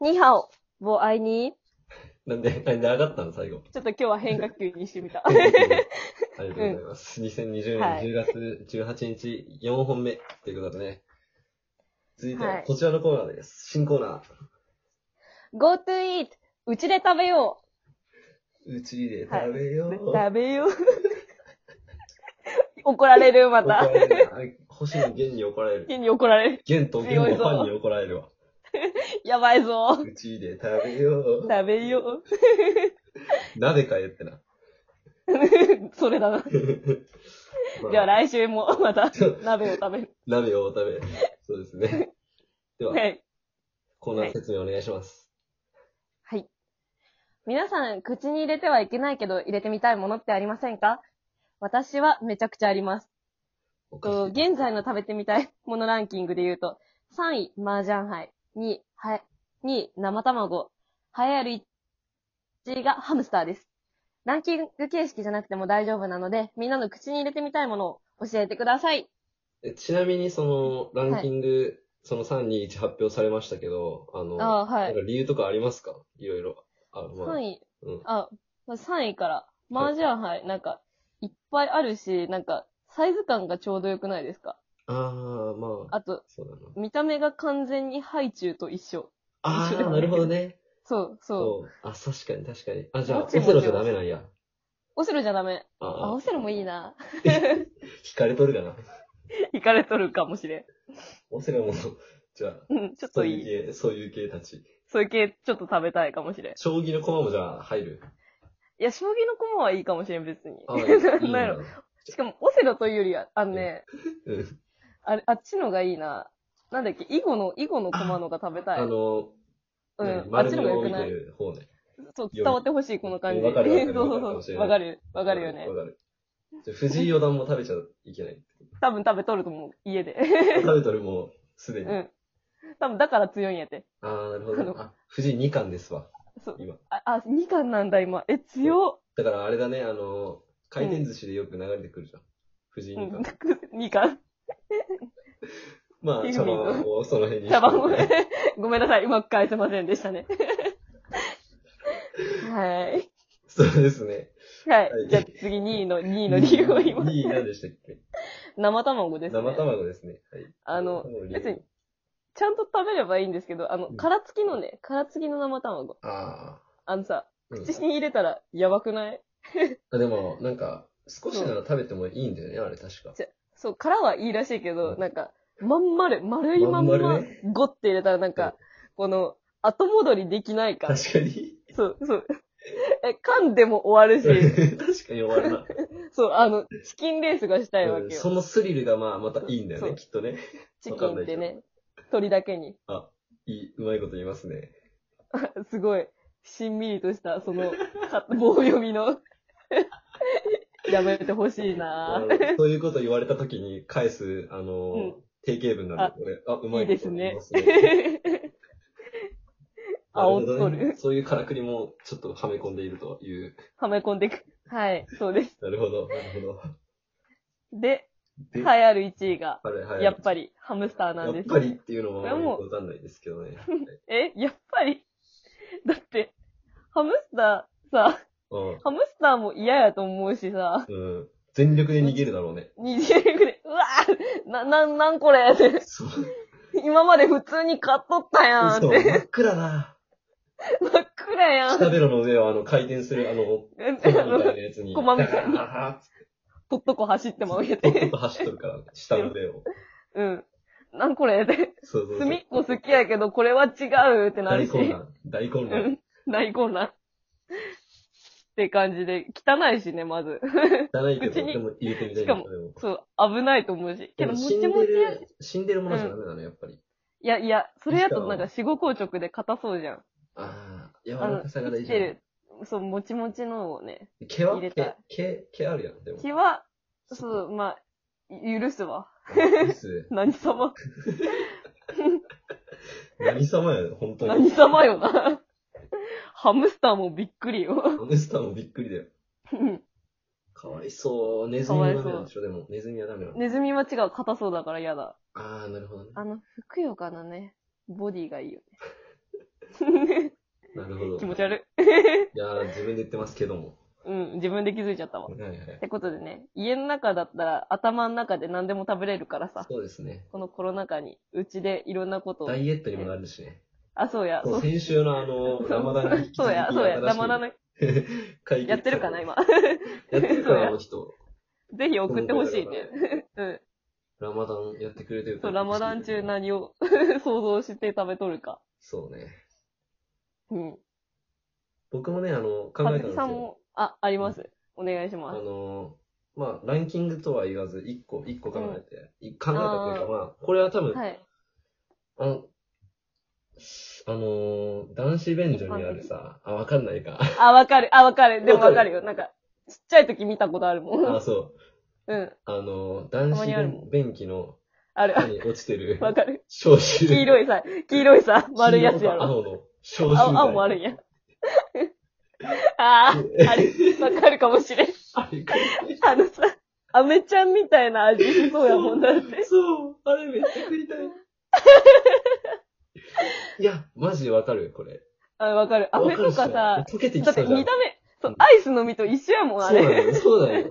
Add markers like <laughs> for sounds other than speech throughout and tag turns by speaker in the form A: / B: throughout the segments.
A: ニハオ、ボアイニ
B: なんで、 <laughs> なんで上がった
A: <laughs>
B: の最後。
A: ー。ちょっと今日は変化球にして <laughs> みた。
B: ありがとうございます。2020
A: はい
B: 年10月18日、4本目ということでね。続いて
A: は
B: はいこちらのコーナーです。新コーナ
A: Go to eat! うちで食べよ
B: ー。うちで食べよ
A: う
B: う。
A: 食べよう怒られる、ま
B: 怒ら
A: た。
B: れるな。星野源に怒られる。
A: 家に怒られる。
B: 源と源のファンに怒られるわ。
A: やばいぞ。
B: うちで食べ
A: <laughs>
B: よう。
A: 食べよ
B: 鍋かえってな。
A: う。それだな。
B: まあ
A: じゃあ来週もまた鍋を食べる。
B: 鍋を食べ。そうです
A: <laughs>
B: ね。では
A: は、い。
B: コーナー説明お願いします。
A: はい。皆さん、口に入れてはいけないけど、入れてみたいものってありませんか私はめちゃくちゃあります。
B: おかしい
A: と現在の食べてみたいものランキングで言うと、3位、麻雀杯、2位、は2位、生卵、栄えある1位がハムスターです。ランキング形式じゃなくても大丈夫なので、みんなの口に入れてみたいものを教えてください。
B: えちなみにそのランキング、その321発表されましたけど、あの、
A: ああー、は
B: なん
A: い。
B: か理由とかありますかいろいろ。あ、まあ、
A: 3位、
B: うん。
A: あ、まあ3位から。麻雀杯、なんか、いっぱいあるし、なんか、サイズ感がちょうど良くないですか
B: ああ、まあ、
A: あと、
B: そうだな。
A: 見た目が完全にハイチュウと一緒。
B: ああ、なるほどね。
A: そう、そう。
B: そう。あ、確かに確かに。あ、じゃあ、
A: も
B: オ
A: ち
B: セ
A: もち
B: ロじゃダメなんや。
A: オセロじゃダメ。あ、
B: あ
A: オセロもいいな。
B: あ、惹かれとるかな。
A: <laughs> 行かれとるかもしれん。
B: オセロも、じゃあ、
A: うん、ちょっ
B: そ
A: と
B: う
A: いい。
B: いう系、そういう系たち。
A: そういう系ちょっと食べたいかもしれん。
B: 将棋の駒もじゃあ入る。
A: いや、将棋の駒はいいかもしれん、別に。
B: あいい
A: <laughs> なんや
B: な
A: ろ。。しかも、オセロというよりは、あのね、
B: うん。
A: あれ、あっちのがいいな。なんだっけ、囲碁の、囲碁の駒のが食べたい。
B: あの、
A: う
B: 何
A: ん、あっ
B: 丸
A: ち
B: み
A: のが良
B: を
A: く
B: 帯び
A: な
B: て
A: い
B: る方ね。
A: そう、伝わってほしい、この感じ。
B: わかるわかる
A: そう
B: わかるか
A: そう
B: もし
A: そ
B: れ
A: う。
B: ない
A: わかる。わかるよね
B: わ。かる。じゃあ藤井四段も食べちゃい
A: <laughs>
B: けない。
A: 多分食べとると思う、家で。
B: 食べとるもう、すでに。
A: うん。多分だから強いんやて。
B: ああ、なるほ
A: あ
B: ど。
A: の
B: あ、藤井二冠ですわ。
A: そう。
B: 今。
A: あ、あ、2巻なんだ、今。え、強っ。
B: だからあれだね、あの、回転寿司でよく流れてくるじゃん。藤井
A: う
B: 二
A: ん <laughs>
B: 冠。、
A: 2巻。
B: まあ、茶番をその辺にして。
A: 茶番をね。ごめんな <laughs> さい、うまく返せませんでしたね。 <laughs> はい。
B: そうですね。
A: はい
B: はい。
A: じゃあ次、2位の、2位の理由を言います
B: 2。位何でしたっけ
A: 生卵ですね。
B: 生卵ですね。はい。
A: あの
B: 生卵、
A: 別に、ちゃんと食べればいいんですけど、あの、殻付きのね、殻付きの生卵。
B: ああ。
A: あのさ、
B: うん
A: 口に入れたらやばくない
B: あでも、なんか、少しなら食べてもいいんだよね、あれ確か。
A: そう、殻はいいらしいけど、
B: うん
A: なんか、まん丸、丸いまんま
B: まん丸ね、
A: ゴって入れたらなんか、この、後戻りできないから。
B: 確かに。
A: そう、そう。 <laughs> え、噛んでも終わる
B: <laughs>
A: し、
B: 確かに終わるな。
A: そう、あの、チキンレースがしたいわ
B: うん
A: けよ。
B: そのスリルがまあ、またいいんだよ
A: そ
B: ね、
A: う
B: きっとね。
A: チキンってね、鳥だけに。 <laughs>
B: あ、いい、うまいこと言いますね。
A: すごい、しんみりとした、そ
B: <laughs>
A: の、か棒読みの。 <laughs> やめてほしい
B: あ
A: な
B: のそういうこと言われたときに返す、あの、
A: うん
B: 定型文なんで、これ、あ、う
A: い
B: まい
A: いですね
B: こと言いま。
A: あ、おっ
B: な
A: と
B: ほどね
A: る。
B: そういうからくりもちょっとはめ込んでいるという。
A: はめ込んでいく。はい、そうです。
B: なるほど、なるほど。
A: で、栄
B: で
A: えある1位が、
B: あれ、はい。
A: やっぱり、ハムスターなん
B: や
A: で
B: っ
A: す。
B: ぱりっていうのも
A: これはもう
B: わかんないですけどね。
A: え、やっぱりだって、ハムスターさ、
B: うん
A: ハムスターも嫌やと思うしさ、
B: うん。全力で逃げるだろうね。
A: 二重力で、うわぁな、な、なんこれって、
B: そう。
A: 今まで普通に買っとったやんっ
B: そう、
A: て、
B: 真っ暗な。
A: 真っ暗やん。
B: シャベロの上をあの回転する、
A: <laughs>
B: あの、コマみたいなやつに。
A: コマみたいに
B: な。
A: とっとこ走ってまうや。
B: ちょってと走っとるから、下の上を。
A: うん。なんこれって。
B: そうそうそう。
A: 隅っこ好きやけど、これは違うってなる
B: 大
A: し。
B: 混乱。大混
A: う
B: 乱。
A: ん。大混乱。って感じで、汚いしね、まず。
B: 汚いけど、
A: 口に
B: でも入れてみたい
A: しかも
B: それを
A: そう、危ないと思うし。け
B: で
A: ど、
B: も
A: も
B: 死ん
A: ち
B: で
A: もちやし
B: る、死んでるものじゃダメなの、やっぱり。
A: いやいや、それや
B: いい
A: と
B: か
A: なんか死後硬直で硬そうじゃん。
B: ああ、柔
A: あ
B: ら
A: の、
B: かさが
A: 生
B: 大
A: き
B: 事
A: て。る、そう、もちもちのをね、
B: 毛は
A: 入れ
B: 毛
A: たい、
B: 毛、毛あるやん、でも。
A: 気は、そう、まあ、ゆ許すわ。
B: うっす。
A: 何様、
B: 何様やね、本当
A: 何
B: に。
A: 様よな。ハムスターもびっくりよ。
B: ハムスターもびっくりだよ。
A: うん
B: かわいそう。ネズミはダメなんでしょ、でも。ネズミはダメなの。
A: ネズミは違う、硬そうだから嫌だ。
B: ああ、なるほどね。
A: あの、ふくよかなね、ボディがいいよね。
B: <laughs> なるほど。
A: 気持
B: い
A: ち悪い。
B: やー、自分で言ってますけども。
A: うん、自分で気づいちゃったわ。
B: はいはい。
A: ってことでね、家の中だったら頭の中で何でも食べれるからさ、
B: そうですね。
A: このコロナ禍に、うちでいろんなことを
B: ダ。イエットにもなるしね。
A: あ、そうや、
B: そ
A: そうう
B: 先週のあの、ラマダンに引
A: <laughs>
B: き
A: そ
B: 続
A: う
B: き <laughs>
A: や、そうや、
B: 新しい
A: 黙らない。
B: 解決
A: やってるかな、
B: 策
A: 今。 <laughs>
B: やってるか
A: そう
B: な、
A: や
B: あの人。
A: ぜひ送ってほしいね。うん。
B: ラマダンやってくれてる
A: そう、ラマダン中
B: な。
A: 何を <laughs> 想像して食べとるか。
B: そうね。
A: うん。
B: 僕もね、あの、考えた
A: か
B: んで
A: ず
B: す
A: きさん
B: よ。
A: も、あ、あります。お願いし
B: あ
A: ます。
B: の、まあ、ランキングとは言わず、一個、一個考えて、い考えたという
A: あー
B: か、まあ、これは多分、
A: はい。
B: あの、あのー男子便所にあるさ、あ、わかんないか。
A: あ、わかる、あ、わかる。でも
B: わ
A: わ
B: か
A: か
B: る
A: るよ。なんか、ちっちゃい時見たことあるもん。
B: あ、そう。
A: うん。
B: あのー男
A: たま
B: 子
A: にある
B: 便
A: も
B: 便器の
A: ある、あ
B: 下
A: る
B: に落ちてる、
A: わかる。
B: 消臭
A: 黄色いさ、黄色いさ、丸いやつやろ。
B: 青の、消臭
A: 青、青もあるんや。ああ、あれ、わかるかもしれん。
B: あれ、
A: あのさ、アメちゃんみたいな味しそうやもんだって。
B: そう、あれめっちゃ
A: <laughs>
B: 食いたい。いや、マジでわかる、これ。
A: あ、わかる。ア
B: わ
A: メ
B: か
A: と
B: るっ
A: か
B: しょ
A: さ、
B: 溶けてき
A: だ
B: そ
A: って
B: うじゃん
A: 見た目、そう、アイスの実と一緒やもん、あ
B: そうな
A: れ。
B: の、そうなの。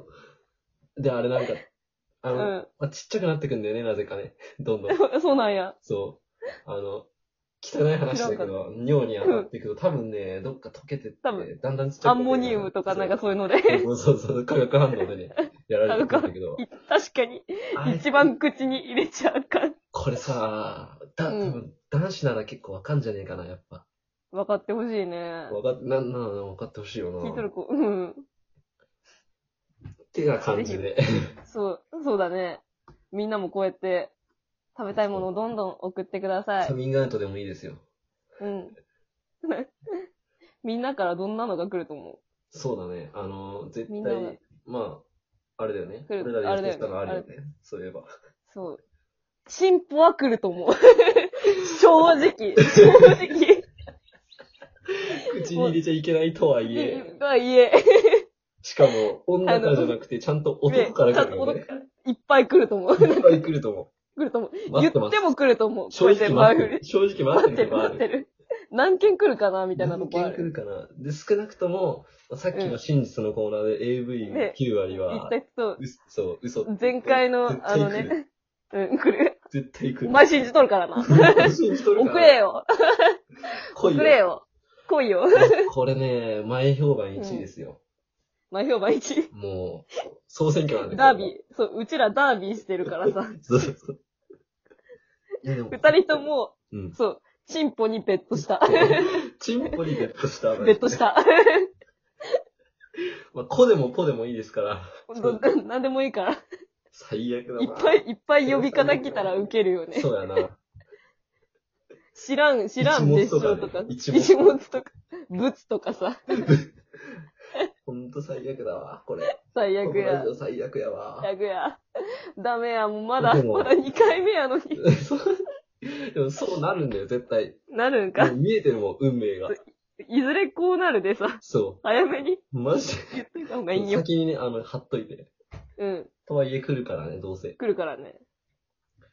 B: で、あれなんか、あ
A: う
B: の、
A: ん。
B: まあ、ちっちゃくなってくんだよね、なぜかね。どんどん。
A: そうなんや。
B: そう。あの、汚い話だけ
A: 知らん
B: ど、尿に当たっていくと、多分ね、どっか溶けてって、
A: 多分
B: だんだんちっちゃ
A: ア
B: くなってくる
A: ンモニウムとかなんかそういうので。
B: そうそうそうそう、化学反応でね、やられてくるんだけど、
A: <laughs> 確かに、
B: あれ
A: 一番口に入れちゃうかん。
B: これさ、だ、多
A: うん
B: 分、男子なら結構わかんじゃねえかな、やっぱ。
A: 分かってほしいね。
B: わかっ、な、な、な、わかってほしいよな。
A: 聞いとる子、うん。
B: っていうような感じで。
A: そう、そうだね。みんなもこうやって、食べたいものをどんどん送ってください
B: カ。ミングアウトでもいいですよ。
A: うん。 <laughs> みんなからどんなのが来ると思
B: そうだね。あの、絶
A: みんなが
B: 対、まあ、あれだよね。
A: 来る
B: 俺らでやってきたのあ
A: あ
B: る
A: れだ
B: よ
A: よ
B: ね。そういえば。
A: うそう。進歩は来ると思う。 <laughs> 正直。正直。
B: 口に入れちゃいけないとはいえ、
A: とはいえ、
B: しかも、女からじゃなくて、ちゃんと男から
A: ちゃん
B: 来る
A: と
B: よね
A: 男。から <laughs> いっぱい来ると思う。
B: いっぱい来ると思
A: 来ると思う。
B: う。待
A: 言
B: ってま
A: っ
B: す
A: て。も来ると思う。
B: 正直待っ
A: こう
B: て
A: や
B: る。
A: って
B: 正直
A: 前
B: 待
A: 振り
B: っ
A: 待って
B: てると
A: る、
B: こあ
A: 待って
B: る。
A: る。何件来るかなみたいなと
B: 何
A: こあ
B: 件来
A: る。
B: るかな。で、少なくとも、さっきの真実のコーナーで AV9 割
A: 一
B: は、
A: 体そう。
B: 嘘そう、嘘って言って。
A: 前回
B: 絶
A: の、あ
B: 対
A: の
B: 来る。
A: ね。うん、来る。
B: 絶対来
A: お
B: る。
A: 前信じとるからな。
B: 信じとる
A: 遅
B: から。
A: れよ。
B: 来い
A: 遅れよ。来いよ。
B: <laughs> これね、前評判1位ですよ。
A: 前評判1。
B: もう、総選挙なんで。
A: ダービー。そう、うちらダービーしてるからさ。
B: そうそうそう。いやでも
A: 二人とも、
B: うん。
A: そう、チンポにベッドした。
B: チンポにベッドした。
A: ベッドした。
B: まあ、子でもポでもいいですから。
A: 本当なんでもいいから。い
B: 最悪だな。
A: っぱいいっぱい呼び方来たらウケるよね。
B: そうやな。
A: 知らん、知らん
B: 一
A: 別
B: 物
A: 称
B: と
A: と
B: か
A: か
B: ね、一
A: 一
B: 物
A: 物とか、仏とかさ、
B: ほんと最悪だわ、これ。
A: 最
B: こ
A: 悪
B: のラ
A: や
B: ジ。オ最悪やわ。
A: 最悪や。ダメや、もうまだ、
B: でも
A: まだ2回目やのに。
B: そう <laughs> でもそうなるんだよ、絶対。
A: なるん
B: も
A: か
B: う。見えてるもん、運命が。
A: いずれこうなるでさ、
B: そ
A: 早めに
B: う。マジ
A: 言っといた方がい
B: で。
A: いよ。
B: 先にね、あの、貼っといて。
A: うん。
B: とはいえ来るからね、どうせ。
A: 来るからね。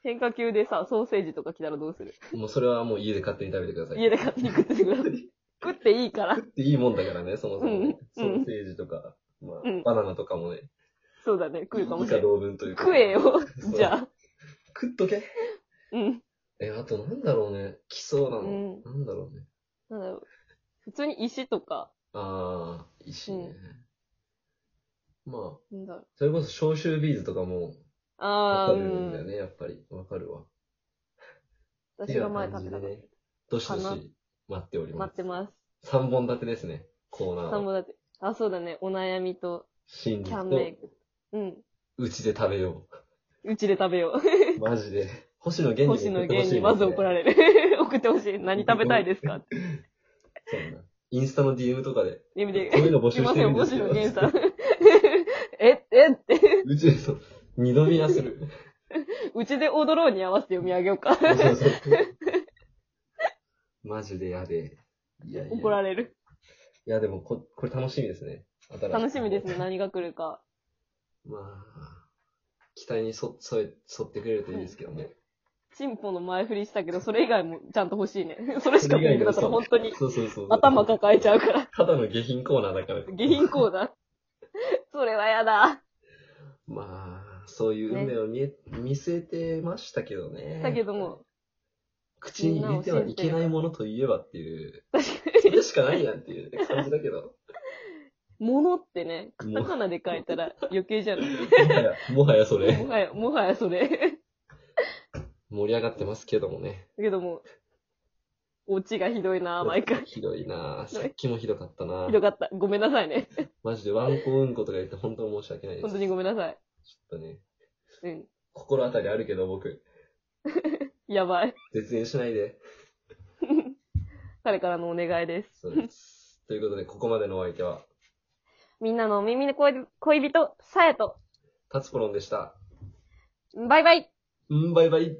A: 変化球でさ、ソーセージとか来たらどうする
B: もうそれはもう家で勝手に食べてください。
A: 家で勝手に食ってくださ
B: <laughs>
A: い。食っていいから。
B: っていいもんだからね、そもそもね。
A: う
B: ソ
A: んうん
B: ーセージとか、まあ
A: うん、
B: バナナとかもね。
A: そうだね、食るかもし
B: 以
A: れ
B: 下
A: ない。
B: 同文というか
A: 食え。よ、じゃあ。
B: 食っとけ。
A: うん。
B: え、あとなんだろうね。来そうな
A: う
B: の。
A: ん。
B: なんだろうね。
A: なんだろう。普通に石とか、
B: あー、石ね。まあ、
A: なんだろう。
B: それこそ消臭ビーズとかも、わ
A: あ
B: か
A: ー、う
B: るんだよ
A: ん。
B: ね、やっぱり。わかるわ。
A: 私が前食べた
B: って
A: から
B: いうような感じでね。どしどし
A: かな
B: 待っておりま
A: 待
B: す
A: っ。てます。
B: 三本立てですね、コーナー
A: さん
B: は。
A: もだって。あ、そうだね。お悩みと、
B: 真
A: キ
B: 実
A: ャン
B: と
A: メイ、ク。うん。
B: うちで食べよ
A: うちで食べよ <laughs>
B: う。マジで。星野源にも
A: う。星野源に
B: 送
A: ま
B: ってほしいです
A: ず怒
B: ね
A: られる。 <laughs> 送ってほしい。何食べたいですかって。
B: そうだな。インスタの DM とかで、
A: 意味で
B: こういうの募
A: す
B: 集
A: い
B: し
A: ま
B: て
A: せ
B: る
A: ん、
B: んです
A: 星野
B: けど
A: 源さん。 <laughs> え、えって。
B: うちでそう、二度見はする。
A: <laughs> うちで踊ろうに合わせて読み上げよう
B: <laughs>
A: か。
B: そうそうそうマジでやべえ。いやいや。
A: 怒られる。
B: いや、でもこ、これ楽しみですね。新しい
A: 楽しみですね。。何が来るか。
B: まあ、期待にそ、そえ、沿ってくれるといいですけどね。
A: チンポの前振りしたけど、それ以外もちゃんと欲しいね。それしか
B: それ以
A: 僕だ
B: 外が
A: から本当に
B: そうそうそう。
A: 頭抱えちゃうから、
B: ただの下品コーナーだから。
A: 下品コーナー。それはやだ。
B: まあ、そういう運命を見え、見据えてましたけどね。
A: だけども、
B: 口に入れてはいけないものといえばっていう、それしかないやんっていうね感じだけど、
A: 物ってね、カ
B: も
A: タカナで書いたら余計じゃない。
B: もはや、もはやそれ
A: も、はや、もはやそれ。
B: 盛り上がってますけどもね。
A: だけども、オチがひどいな、毎回。
B: ひどいなぁ。
A: ひど
B: さ
A: い
B: っきもひどかったな
A: ひどかった。ごめんなさいね。
B: マジでワンコうんことか言って本当申し訳ないです。
A: 本当にごめんなさい。
B: ちょっとね、
A: うん。
B: 心当たりあるけど僕、
A: やばい。
B: 絶縁しないで。
A: 彼からのお願いです。
B: そうです。ということで、ここまでのお相手は、
A: みんなのお耳の恋恋人、さやと、
B: タツポロンでした。
A: バイバイ
B: うん、バイバイ。